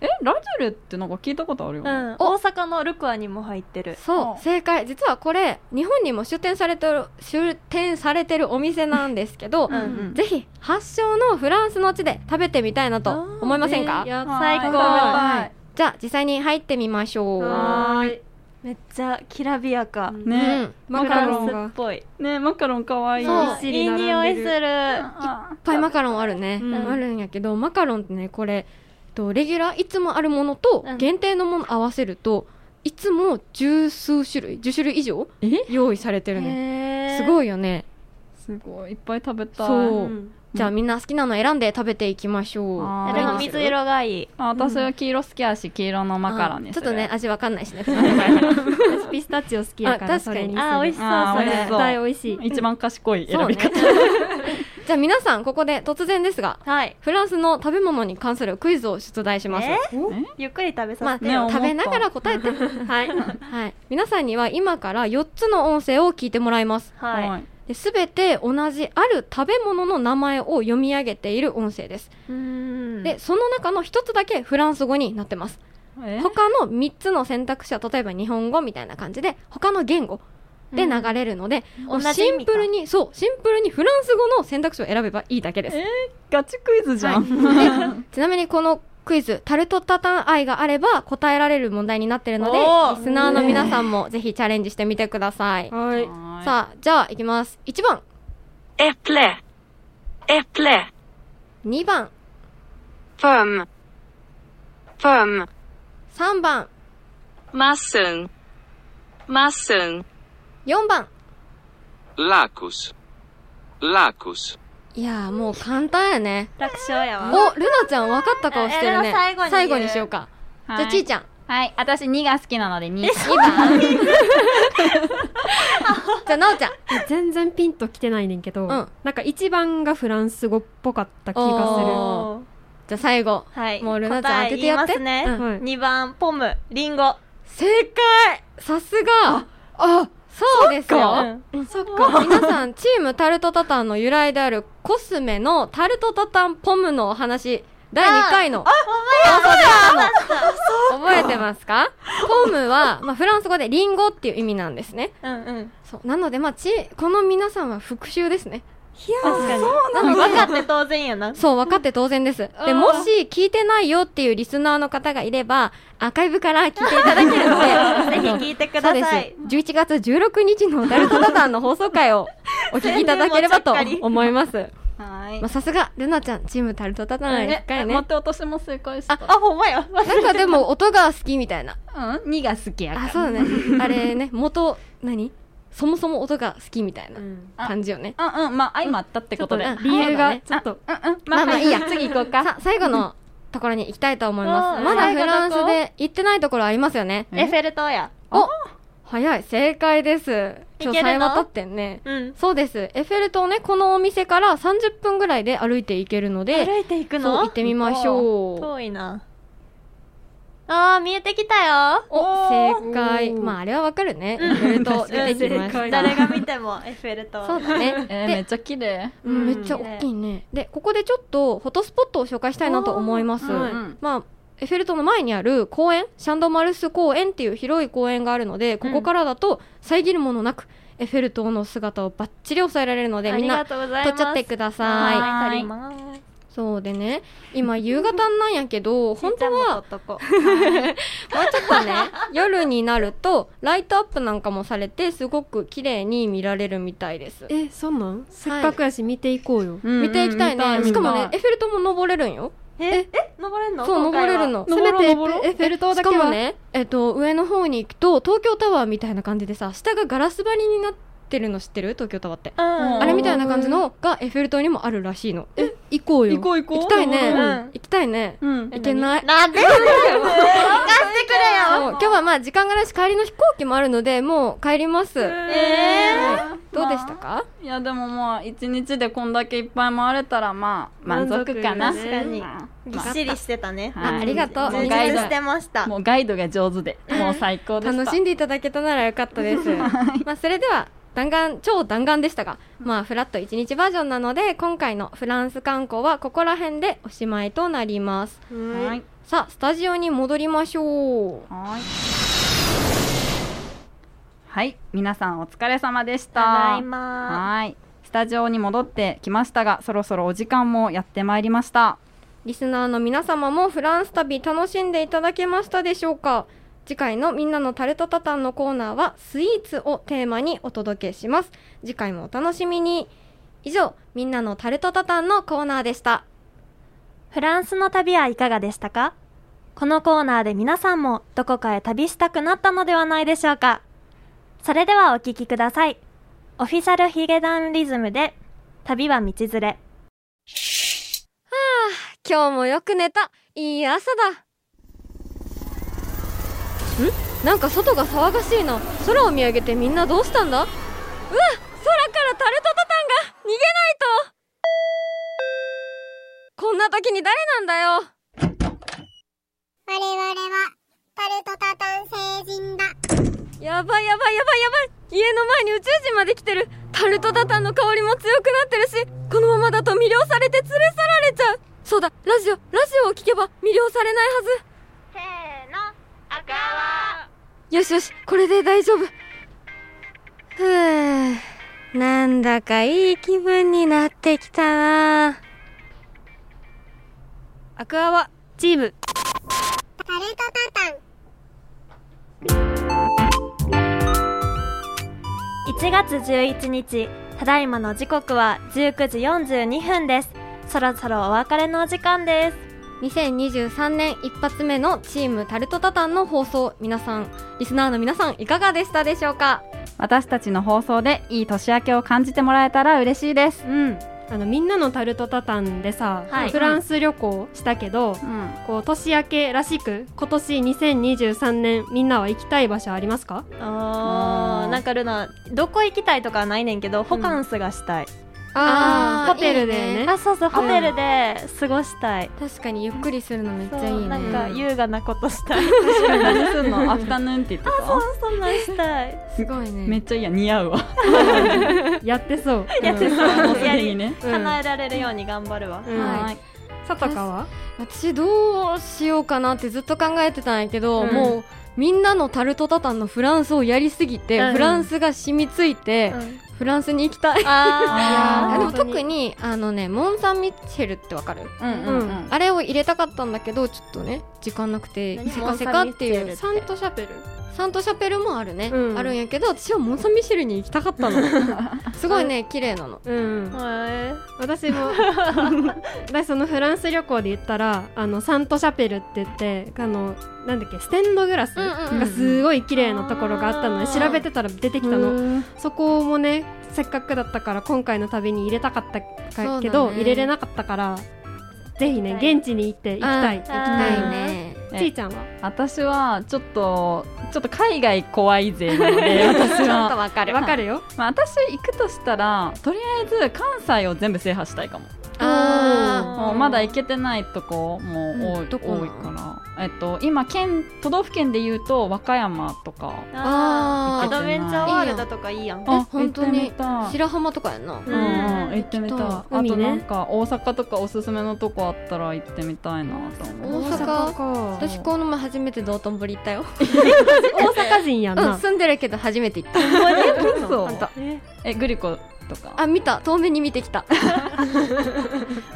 Speaker 1: えラジュレってなんか聞いたことあるよ
Speaker 3: う
Speaker 1: ね。
Speaker 3: ん大阪のルクアにも入ってる
Speaker 2: そううん正解実はこれ日本にも出店されてる出店されてるお店なんですけど、
Speaker 3: うん
Speaker 1: うん
Speaker 2: ぜひ発祥のフランスの地で食べてみたいなと思いませんか、
Speaker 4: ねや
Speaker 1: は
Speaker 3: 最
Speaker 1: ーい
Speaker 3: 高
Speaker 1: 食
Speaker 2: じゃあ実際に入ってみましょう、
Speaker 4: はーい。
Speaker 3: めっちゃきらびやか
Speaker 4: うん
Speaker 1: べたい。ね
Speaker 4: マ
Speaker 3: フ
Speaker 4: カ
Speaker 3: ラ
Speaker 4: ロン
Speaker 3: ンスっ
Speaker 4: が。
Speaker 3: ぽい
Speaker 1: ねマカロン可愛い。
Speaker 2: そう
Speaker 4: ぎっし
Speaker 3: い
Speaker 4: り
Speaker 3: い
Speaker 4: 並んで
Speaker 3: 匂
Speaker 4: る
Speaker 3: いする
Speaker 1: あ
Speaker 2: いっぱいマカロンあるね、
Speaker 4: うん
Speaker 2: あるんやけどマカロンってねこれとレギュラーいつもあるものと
Speaker 3: うん
Speaker 2: 限定のもの合わせると、いつも十数種類10種類以上
Speaker 1: え
Speaker 2: 用意されてるねすご
Speaker 3: い
Speaker 2: いよね
Speaker 1: すごいいっぱい食べたい
Speaker 4: そう
Speaker 2: うんじゃあみんな好きなの選んで食べていきましょう
Speaker 1: あー
Speaker 2: や
Speaker 3: で
Speaker 2: り
Speaker 3: も
Speaker 2: ます
Speaker 3: 水色がいい。
Speaker 1: あ私は黄色好きやし黄色のマカロニ
Speaker 2: あ
Speaker 1: す
Speaker 2: ちょ
Speaker 1: る
Speaker 2: っとね味わか んないしね
Speaker 4: 私ピスタチオ好きやか
Speaker 2: あ確
Speaker 4: ら
Speaker 2: か
Speaker 4: そ
Speaker 2: に
Speaker 4: れにする
Speaker 3: あー、美味しそう、
Speaker 1: あー
Speaker 3: そ
Speaker 1: 美味
Speaker 3: れ
Speaker 1: し。
Speaker 4: 絶対美味しい
Speaker 1: 一番賢い
Speaker 2: そ
Speaker 1: 選
Speaker 2: う
Speaker 1: び
Speaker 2: ね
Speaker 1: 方、
Speaker 2: じゃあ皆さんここで突然ですが
Speaker 3: はい。
Speaker 2: フランスの食べ物に関するクイズを出題します
Speaker 3: えゆっくり食べ
Speaker 2: ま
Speaker 3: さ
Speaker 2: あ、
Speaker 3: せて。
Speaker 1: ね思った
Speaker 2: 食べながら 答えてはい、 はい、皆さんには今から4つの音声を聞いてもらいます
Speaker 3: はい。
Speaker 1: はい
Speaker 2: すべて同じある食べ物の名前を読み上げている音声です、
Speaker 3: うーん
Speaker 2: で、その中の1つだけフランス語になってます
Speaker 1: え
Speaker 2: 他の3つの選択肢は例えば日本語みたいな感じで他の言語で流れるので、もう
Speaker 3: 同じ意
Speaker 2: シ
Speaker 3: 味か
Speaker 2: ンプルにそうシンプルにフランス語の選択肢を選べばいいだけ です
Speaker 1: えガチクイズじゃん、
Speaker 2: ちなみにこのクイズ、タルトタタン愛があれば答えられる問題になってるので
Speaker 3: お、ー
Speaker 2: リスナーの皆さんもぜひチャレンジしてみてください。
Speaker 4: は
Speaker 1: はあ
Speaker 2: さあ、じゃあ行きます。1番、
Speaker 7: Äpple. Äpple.
Speaker 2: 2番、
Speaker 7: Pomme. Pomme.
Speaker 2: 3番、
Speaker 7: Massen. Massen.
Speaker 2: 4番。
Speaker 8: Lacus. Lacus.
Speaker 2: いやーもう簡単やね。
Speaker 3: 楽勝や
Speaker 2: お、
Speaker 3: わ。
Speaker 2: ルナちゃん分かった顔してる
Speaker 3: え
Speaker 2: ね。
Speaker 3: ルナ最後に言う
Speaker 2: にしようか。
Speaker 1: はい
Speaker 2: じゃあちーちゃん。
Speaker 1: はい私2が好きなので2
Speaker 2: 2番。じゃあなおちゃん。
Speaker 4: 全然ピンときてないねんけど、
Speaker 2: ん
Speaker 4: なんか一番がフランス語っぽかった気が
Speaker 2: おじゃあ最後。
Speaker 3: する。はい。
Speaker 2: もうルナちゃん
Speaker 3: 答え
Speaker 2: 当ててやって
Speaker 3: 言います
Speaker 2: うん
Speaker 4: は
Speaker 3: ね。
Speaker 4: い
Speaker 3: 二番、ポム、リンゴ。
Speaker 2: 正解さすがあそうですよ
Speaker 3: うん
Speaker 4: するそっか
Speaker 2: 皆さん、チームタルトタタンの由来であるコスメのタルトタタンポムのお話、第2回の放送でしたの覚えてますかポムは、まあ、フランス語でリンゴっていう意味なんですね。
Speaker 3: うんうん。
Speaker 2: そう。なので、まあ、ち、この皆さんは復習ですね。
Speaker 3: 確かに。分かって当然やな。
Speaker 2: そう、分かって当然です。で、もし聞いてないよっていうリスナーの方がいれば、アーカイブから聞いていただけるの で、
Speaker 3: ぜひ聞いてく
Speaker 2: そう
Speaker 3: だ
Speaker 2: です
Speaker 3: さい。。
Speaker 2: 11月16日のダルトタタンの放送回をお聞きいただければと思います。
Speaker 1: はい
Speaker 2: まあ、さすが、ルナちゃん、チームタルトタタン一
Speaker 1: え
Speaker 2: 回
Speaker 1: 待
Speaker 2: ね
Speaker 1: っ。て私も正解した
Speaker 3: あ、ほんまや。
Speaker 2: なんかでも音が好きみたいな。
Speaker 1: うん2が好きやから
Speaker 2: あ、そうだね。あれね、元、何そもそも音が好きみたいな
Speaker 4: する、うん
Speaker 2: 感じよね。
Speaker 1: うんうんまあ相まったって
Speaker 4: ちょ
Speaker 1: こ
Speaker 4: っ
Speaker 1: と
Speaker 4: と
Speaker 1: で
Speaker 2: う
Speaker 1: うんん
Speaker 4: ね理由がちょっと
Speaker 1: うん
Speaker 2: まあまあいいや。
Speaker 1: 次行こうか
Speaker 2: さあ、最後のところに行きたいと思い
Speaker 3: う
Speaker 2: ます。
Speaker 3: ん
Speaker 2: まだフランスで行ってないところありますよね。
Speaker 3: エッフェル塔や。
Speaker 2: 早い、正解です。今日
Speaker 3: いけ
Speaker 2: さえ
Speaker 3: るの
Speaker 2: 渡ってんね。
Speaker 3: うん。
Speaker 2: そうです。エッフェル塔ね、このお店から30分ぐらいで歩いて行けるので、
Speaker 3: 歩いていく
Speaker 2: そう
Speaker 3: の
Speaker 2: 行ってみましょう。
Speaker 3: 遠いな。あー、見えてきたよ。
Speaker 2: お正解
Speaker 4: おー
Speaker 2: まああれはわかるねエッフェル塔出てきました
Speaker 3: 誰が見てもエッフェル塔。
Speaker 2: そうだね
Speaker 1: えーめっちゃ綺麗
Speaker 2: でめっちゃ大きいねでここでちょっとフォトスポットを紹介したいなと思います
Speaker 1: うんう
Speaker 2: ま
Speaker 1: ん
Speaker 2: あエッフェル塔の前にある公園シャンドマルス公園っていう広い公園があるのでここからだと遮るものなくエッフェル塔の姿をバッチリ抑えられるので
Speaker 3: あ
Speaker 2: みん
Speaker 3: り
Speaker 2: な
Speaker 3: が
Speaker 2: 撮
Speaker 3: とうございます。
Speaker 2: っちゃってください
Speaker 3: はい、撮ります。
Speaker 2: そうでね今夕方なんやけど本
Speaker 3: ちっち
Speaker 2: 当は
Speaker 3: ゃいもの撮っとこ
Speaker 2: もうちょっとね、夜になると、ライトアップなんかもされて、すごく綺麗に見られるみたいです。
Speaker 4: えそんなんせっかくやし見ていこうよ、
Speaker 1: うん
Speaker 2: 見ていきたいね。しかもね、エ
Speaker 1: え
Speaker 2: ッフェル塔も登れるんよ。
Speaker 3: うえ、え、登れんの
Speaker 2: そう、登れる。の。せ
Speaker 1: 登
Speaker 2: め
Speaker 1: ろう
Speaker 2: てエ
Speaker 1: 登ろう
Speaker 2: ッフェル塔だけは。しかもね、えっと、上の方に行くと、東京タワーみたいな感じでさ、下がガラス張りになってるの知ってる東京タワーって。
Speaker 3: 今回はうん。
Speaker 2: あれみたいな感じのがエッフェル塔にもあるらしいの。え、行こうよ。
Speaker 1: 行こう行こう
Speaker 2: 行きたいね。
Speaker 1: うん
Speaker 2: 行きたいね。
Speaker 1: うん
Speaker 2: 行け ない。
Speaker 3: なんで行かせてくれ
Speaker 2: そう今日はまあ時間がないし帰りの飛行機もあるのでもう帰ります、
Speaker 3: よえ
Speaker 2: どうでしたか、
Speaker 1: いやでもまあ一日でこんだけいっぱい回れたらまあ満足かな
Speaker 3: 満足確かに
Speaker 1: ま
Speaker 3: ーぎっしりしてたね。
Speaker 1: はい
Speaker 2: あありがとう
Speaker 3: 充実してまし
Speaker 1: あ
Speaker 3: た。
Speaker 1: もうガイドが上手でもう最高でした
Speaker 2: 楽しんでいただけたならよかったです。まあそれでは弾丸超弾丸でしたが、まあフラット1日バージョンなので今回のフランス観光はここら辺でおしまいとなります。
Speaker 1: は
Speaker 3: はい
Speaker 2: さあスタジオに戻りましょう。
Speaker 1: はいはい皆さんお疲れ様でしたた
Speaker 3: だいま
Speaker 1: はいスタジオに戻ってきましたがそろそろお時間もやってまいりました
Speaker 2: リスナーの皆様もフランス旅楽しんでいただけましたでしょうか次回のみんなのタルトタタンのコーナーはスイーツをテーマにお届けします。次回もお楽しみに。以上、みんなのタルトタタンのコーナーでした。
Speaker 3: フランスの旅はいかがでしたかこのコーナーで皆さんもどこかへ旅したくなったのではないでしょうかそれではお聞きください。オフィシャルヒゲダンリズムで旅は道連れ
Speaker 2: 今日もよく寝たいい朝だんなんか外が騒がしいな空を見上げてみんなどうしたんだうわ空からタルトタタンが逃げないとこんな時に誰なんだよ
Speaker 9: 我々はタルトタタン星人だ。
Speaker 2: やばいやばいやばいやばい家の前に宇宙人まで来てるタルトタタンの香りも強くなってるしこのままだと魅了されて連れ去られちゃうそうだラジオラジオを聞けば魅了されないはず
Speaker 9: せーの、赤は
Speaker 2: よしよし、これで大丈夫。ふぅ、なんだかいい気分になってきたなアクアは、チーム。
Speaker 9: タルトタタン。
Speaker 3: 1月11日ただいまの時刻は19時42分ですそろそろお別れのお時間です
Speaker 2: 2023年一発目のチームタルトタタンの放送、皆さん、リスナーの皆さん、いかがでしたでしょうか
Speaker 1: 私たちの放送でいい年明けを感じてもらえたら嬉しいです。
Speaker 4: うんあのみんなのタルトタタンでさ、
Speaker 3: はい
Speaker 4: フランス旅行したけど、
Speaker 1: うん、
Speaker 4: こう年明けらしく今年2023年みんなは行きたい場所ありますか
Speaker 1: あー
Speaker 3: なんかルナどこ行きたいとかはないねんけどホカンスがしたい、
Speaker 4: あーホテルでね
Speaker 2: いい
Speaker 3: あそうそうホテルで過ごしたい、
Speaker 2: 確かにゆっくりするのめっち
Speaker 3: そう
Speaker 2: ゃいいね。
Speaker 3: なんか優雅なことしたい
Speaker 1: 何すんのアフタヌーンティーと
Speaker 3: そう
Speaker 1: か
Speaker 3: そんなんしたい
Speaker 2: すごいね。
Speaker 1: めっちゃいいやん似合うわ。
Speaker 4: やってそう、
Speaker 3: やってそう
Speaker 1: もうす
Speaker 3: や
Speaker 1: でに
Speaker 3: り
Speaker 1: ね。
Speaker 4: うん
Speaker 3: 叶えられるように頑張るわ、
Speaker 4: うん
Speaker 2: はい
Speaker 4: さとかは
Speaker 2: 私どうしようかなってずっと考えてたんやけど、
Speaker 3: うん
Speaker 2: もうみんなのタルトタタンのフランスをやりすぎて、
Speaker 3: うん
Speaker 2: フランスが染みついて、フランスに行きた い。
Speaker 3: あ
Speaker 2: あ
Speaker 3: ー
Speaker 2: でも特にあのねモン・サン・ミッチェルってわかる
Speaker 1: うんうんうん。
Speaker 2: あれを入れたかったんだけどちょっとね時間なくて
Speaker 3: 何
Speaker 2: せかせかってい
Speaker 3: モンサンミッチェルっ
Speaker 2: う
Speaker 4: サントシャペル
Speaker 2: サントシャペルもあるね、
Speaker 4: うん
Speaker 2: あるんやけど私はモン・サン・ミッチェルに行きたかったのすごいね綺麗なの
Speaker 4: うん
Speaker 3: へー
Speaker 4: 私も私そのフランス旅行で言ったらあのサントシャペルって言ってあのなんだっけステンドグラス
Speaker 2: うんうんうん
Speaker 4: がすごい綺麗なところがあったので
Speaker 3: あー
Speaker 4: 調べてたら出てきたのそこもねせっかくだったから今回の旅に入れたかったかけ
Speaker 2: そう
Speaker 4: ど、
Speaker 2: だね
Speaker 4: 入れれなかったからぜひね
Speaker 3: 行きたい
Speaker 4: 現地に行って行きたい
Speaker 2: あー行き
Speaker 3: 行
Speaker 2: た
Speaker 3: きたい
Speaker 2: いね
Speaker 4: ちーちゃんは
Speaker 1: 私はちょっとちょっと海外怖いぜなので 私
Speaker 2: ちょっと
Speaker 1: は、
Speaker 2: わかる
Speaker 4: わかるよ
Speaker 1: まあ、私行くとしたらとりあえず関西を全部制覇したいかも
Speaker 2: あ
Speaker 1: もうまだ行けてないとこも多い,、
Speaker 2: うんどこなの
Speaker 1: 多いから、えっと、今県都道府県で言うと和歌山とか
Speaker 3: あー
Speaker 2: あ
Speaker 3: ア
Speaker 1: ー
Speaker 3: ドベンチャーワールドとかいいやん
Speaker 2: あ本当に
Speaker 1: 行ってみたい
Speaker 2: 白浜とかやんな
Speaker 1: うん
Speaker 3: うん
Speaker 1: うん、行ってみたい
Speaker 2: 行
Speaker 1: あ
Speaker 2: き
Speaker 4: たい海ね
Speaker 1: となんか大阪とかおすすめのとこあったら行ってみたいなと思う
Speaker 2: 大阪
Speaker 4: か
Speaker 2: 私この前初めて道頓堀行ったよ
Speaker 4: 大阪人やん
Speaker 2: うん
Speaker 4: な
Speaker 2: 住んでるけど初めて行った
Speaker 1: 嘘
Speaker 2: 本当
Speaker 3: え
Speaker 1: えグリコとか
Speaker 2: あ見た遠目に見てきた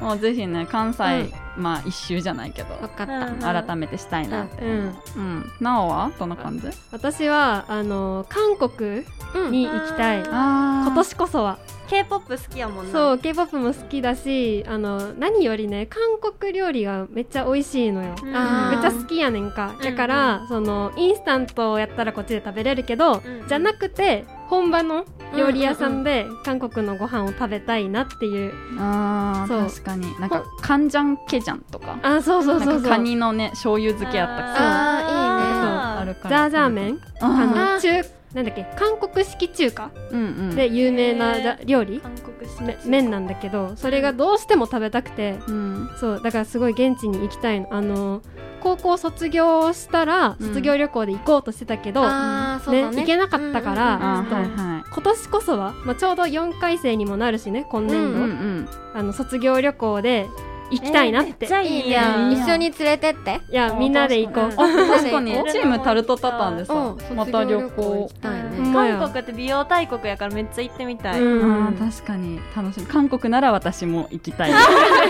Speaker 1: もうぜひね関西、まあ一周じゃないけど
Speaker 2: わかっ
Speaker 3: う
Speaker 2: た
Speaker 3: ん
Speaker 1: 改めてしたいなって、
Speaker 4: うん
Speaker 1: うん、なおはどんな感じ
Speaker 4: 私はあの韓国
Speaker 2: うん
Speaker 4: に行きたい
Speaker 3: あー
Speaker 1: あ
Speaker 4: 今年こそは
Speaker 3: K-POP 好きやもんな
Speaker 4: そう k p o p も好きだしあの何よりね韓国料理がめっちゃ美味しいのよ、
Speaker 3: うん
Speaker 2: あ
Speaker 4: め
Speaker 2: ー
Speaker 4: っちゃ好きやねんか
Speaker 3: ん
Speaker 4: だから、そのインスタントをやったらこっちで食べれるけど、
Speaker 3: うん
Speaker 4: じゃなくて本場の料理屋さんで韓国のご飯を食べたいなっていう、
Speaker 1: あ
Speaker 4: そう
Speaker 1: ー確かになんかカンジャンケジャンとか
Speaker 4: あそうそうそ
Speaker 1: な
Speaker 4: うんそ
Speaker 1: かカ
Speaker 4: う
Speaker 1: ニのね醤油漬けあったっけ
Speaker 2: あ
Speaker 1: ある
Speaker 3: いいね
Speaker 1: から
Speaker 4: ザーザー麺あ
Speaker 2: あ
Speaker 4: の
Speaker 2: ー
Speaker 4: 中なんだっけ韓国式中華
Speaker 1: うんうん
Speaker 4: で有名な
Speaker 3: へー
Speaker 4: だ料理、
Speaker 3: 韓国
Speaker 4: め
Speaker 3: 式
Speaker 4: 麺なんだけどそれがどうしても食べたくて、
Speaker 1: うん
Speaker 4: そうだからすごい現地に行きたいのあの高校卒業したら
Speaker 1: うん
Speaker 4: 卒業旅行で行こうとしてたけど、
Speaker 2: あーそうだね
Speaker 4: ね行けなかったから
Speaker 2: うん
Speaker 1: あ
Speaker 4: あ
Speaker 1: ーはいはい
Speaker 4: 今年こそは、まあ、ちょうど4回生にもなるしね今年
Speaker 1: う
Speaker 4: 度、
Speaker 1: んうん
Speaker 4: あの卒業旅行で行きたいなって、
Speaker 3: えーめっちゃ
Speaker 4: い
Speaker 3: いい
Speaker 2: いや
Speaker 3: や
Speaker 1: い
Speaker 3: ん
Speaker 1: い
Speaker 2: 一緒に連れてって
Speaker 4: やみんなで行こう、
Speaker 2: うん
Speaker 1: 確かに
Speaker 2: うん
Speaker 1: チームタルトタタンで
Speaker 2: う
Speaker 1: さ
Speaker 2: ん
Speaker 1: また旅行
Speaker 2: きたい
Speaker 4: ほ
Speaker 2: ね
Speaker 4: んまや
Speaker 3: 韓国って美容大国やからめっちゃ行ってみたい、
Speaker 4: うん
Speaker 1: あー確かに楽しみ韓国なら私も行きた い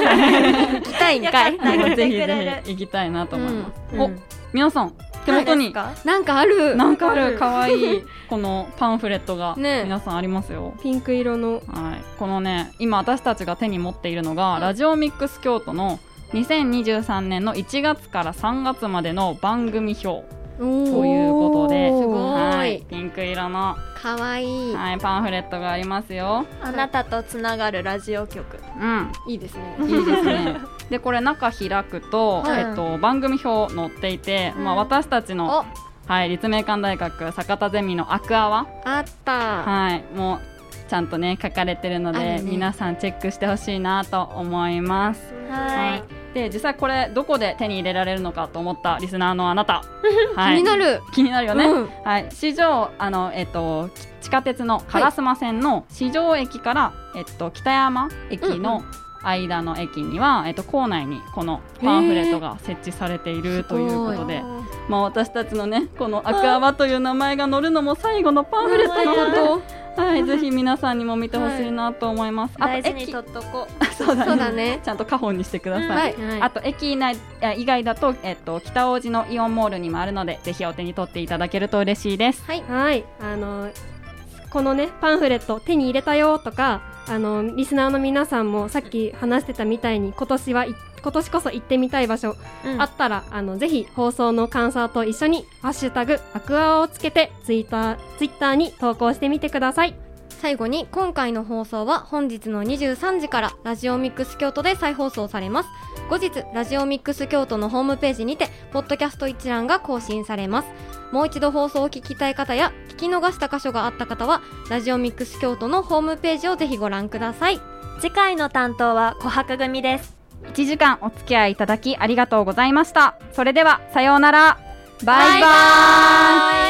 Speaker 2: 行きたいん
Speaker 3: よか
Speaker 2: か
Speaker 3: っ
Speaker 2: い
Speaker 3: た行って
Speaker 1: ぜ
Speaker 3: く
Speaker 1: ひ
Speaker 3: れ
Speaker 1: ぜ
Speaker 3: る
Speaker 1: ひ行きたいなと思います、
Speaker 4: うん
Speaker 1: お皆さん手元に
Speaker 3: 何ですか
Speaker 2: なんかある
Speaker 1: なんかある可愛いこのパンフレットが
Speaker 2: ねえ
Speaker 1: 皆さんありますよ。
Speaker 4: ピンク色の
Speaker 1: はい、このね今私たちが手に持っているのが、ラジオミックス京都の2023年の1月から3月までの番組表ということで、
Speaker 2: すごい
Speaker 1: はい、ピンク色の、
Speaker 2: かわいい、
Speaker 1: はい、パンフレットがありますよ。
Speaker 3: あなたとつながるラジオ局
Speaker 1: うん、
Speaker 2: い、いですね
Speaker 1: いいですね。 で、これ中開くと、
Speaker 3: はい
Speaker 1: えっと、番組表載っていて、
Speaker 3: うん
Speaker 1: まあ、私たちの、
Speaker 2: お
Speaker 1: はい、立命館大学坂田ゼミのアクアは、
Speaker 2: あった
Speaker 1: はい、もう、ちゃんとね、書かれてるので、
Speaker 2: あるね
Speaker 1: 皆さんチェックしてほしいなと思います。
Speaker 3: はい
Speaker 1: で実際これどこで手に入れられるのかと思ったリスナーのあな た、は
Speaker 2: 気
Speaker 1: い
Speaker 2: になる、
Speaker 1: 気になるよね、
Speaker 2: うん
Speaker 1: はい市場あのえっとき地下鉄の烏丸線の市場駅から、えっと北山駅の間の駅には、えっと構内にこのパンフレットが設置されているということで、まあ私たちのねこのアクアワという名前が載るのも最後のパンフレットなので、はいぜひ皆さんにも見てほしいなと思います。
Speaker 3: 大
Speaker 1: あと
Speaker 3: 事に
Speaker 1: 駅
Speaker 3: 取っとこう
Speaker 1: そうだね
Speaker 2: そうだね
Speaker 1: ちゃんと家宝にしてください。
Speaker 3: うん
Speaker 2: はい
Speaker 4: はい
Speaker 1: あと駅内あ以外だと、えっと、北王子のイオンモールにもあるのでぜひお手に取っていただけると嬉しいです。
Speaker 2: はい
Speaker 4: はい、あのこのねパンフレット手に入れたよとかあのリスナーの皆さんもさっき話してたみたいに今年はい今年こそ行ってみたい場所あったらあのぜひ放送の感想と一緒に「ハッシュタグアクアをつけてツイッターツイッターに投稿してみてください
Speaker 2: 最後に今回の放送は本日の23時からラジオミックス京都で再放送されます後日ラジオミックス京都のホームページにてポッドキャスト一覧が更新されますもう一度放送を聞きたい方や聞き逃した箇所があった方はラジオミックス京都のホームページをぜひご覧ください
Speaker 3: 次回の担当は琥珀組です
Speaker 1: 1時間お付き合いいただきありがとうございました。それではさようなら。バイバイ
Speaker 2: バイバーイ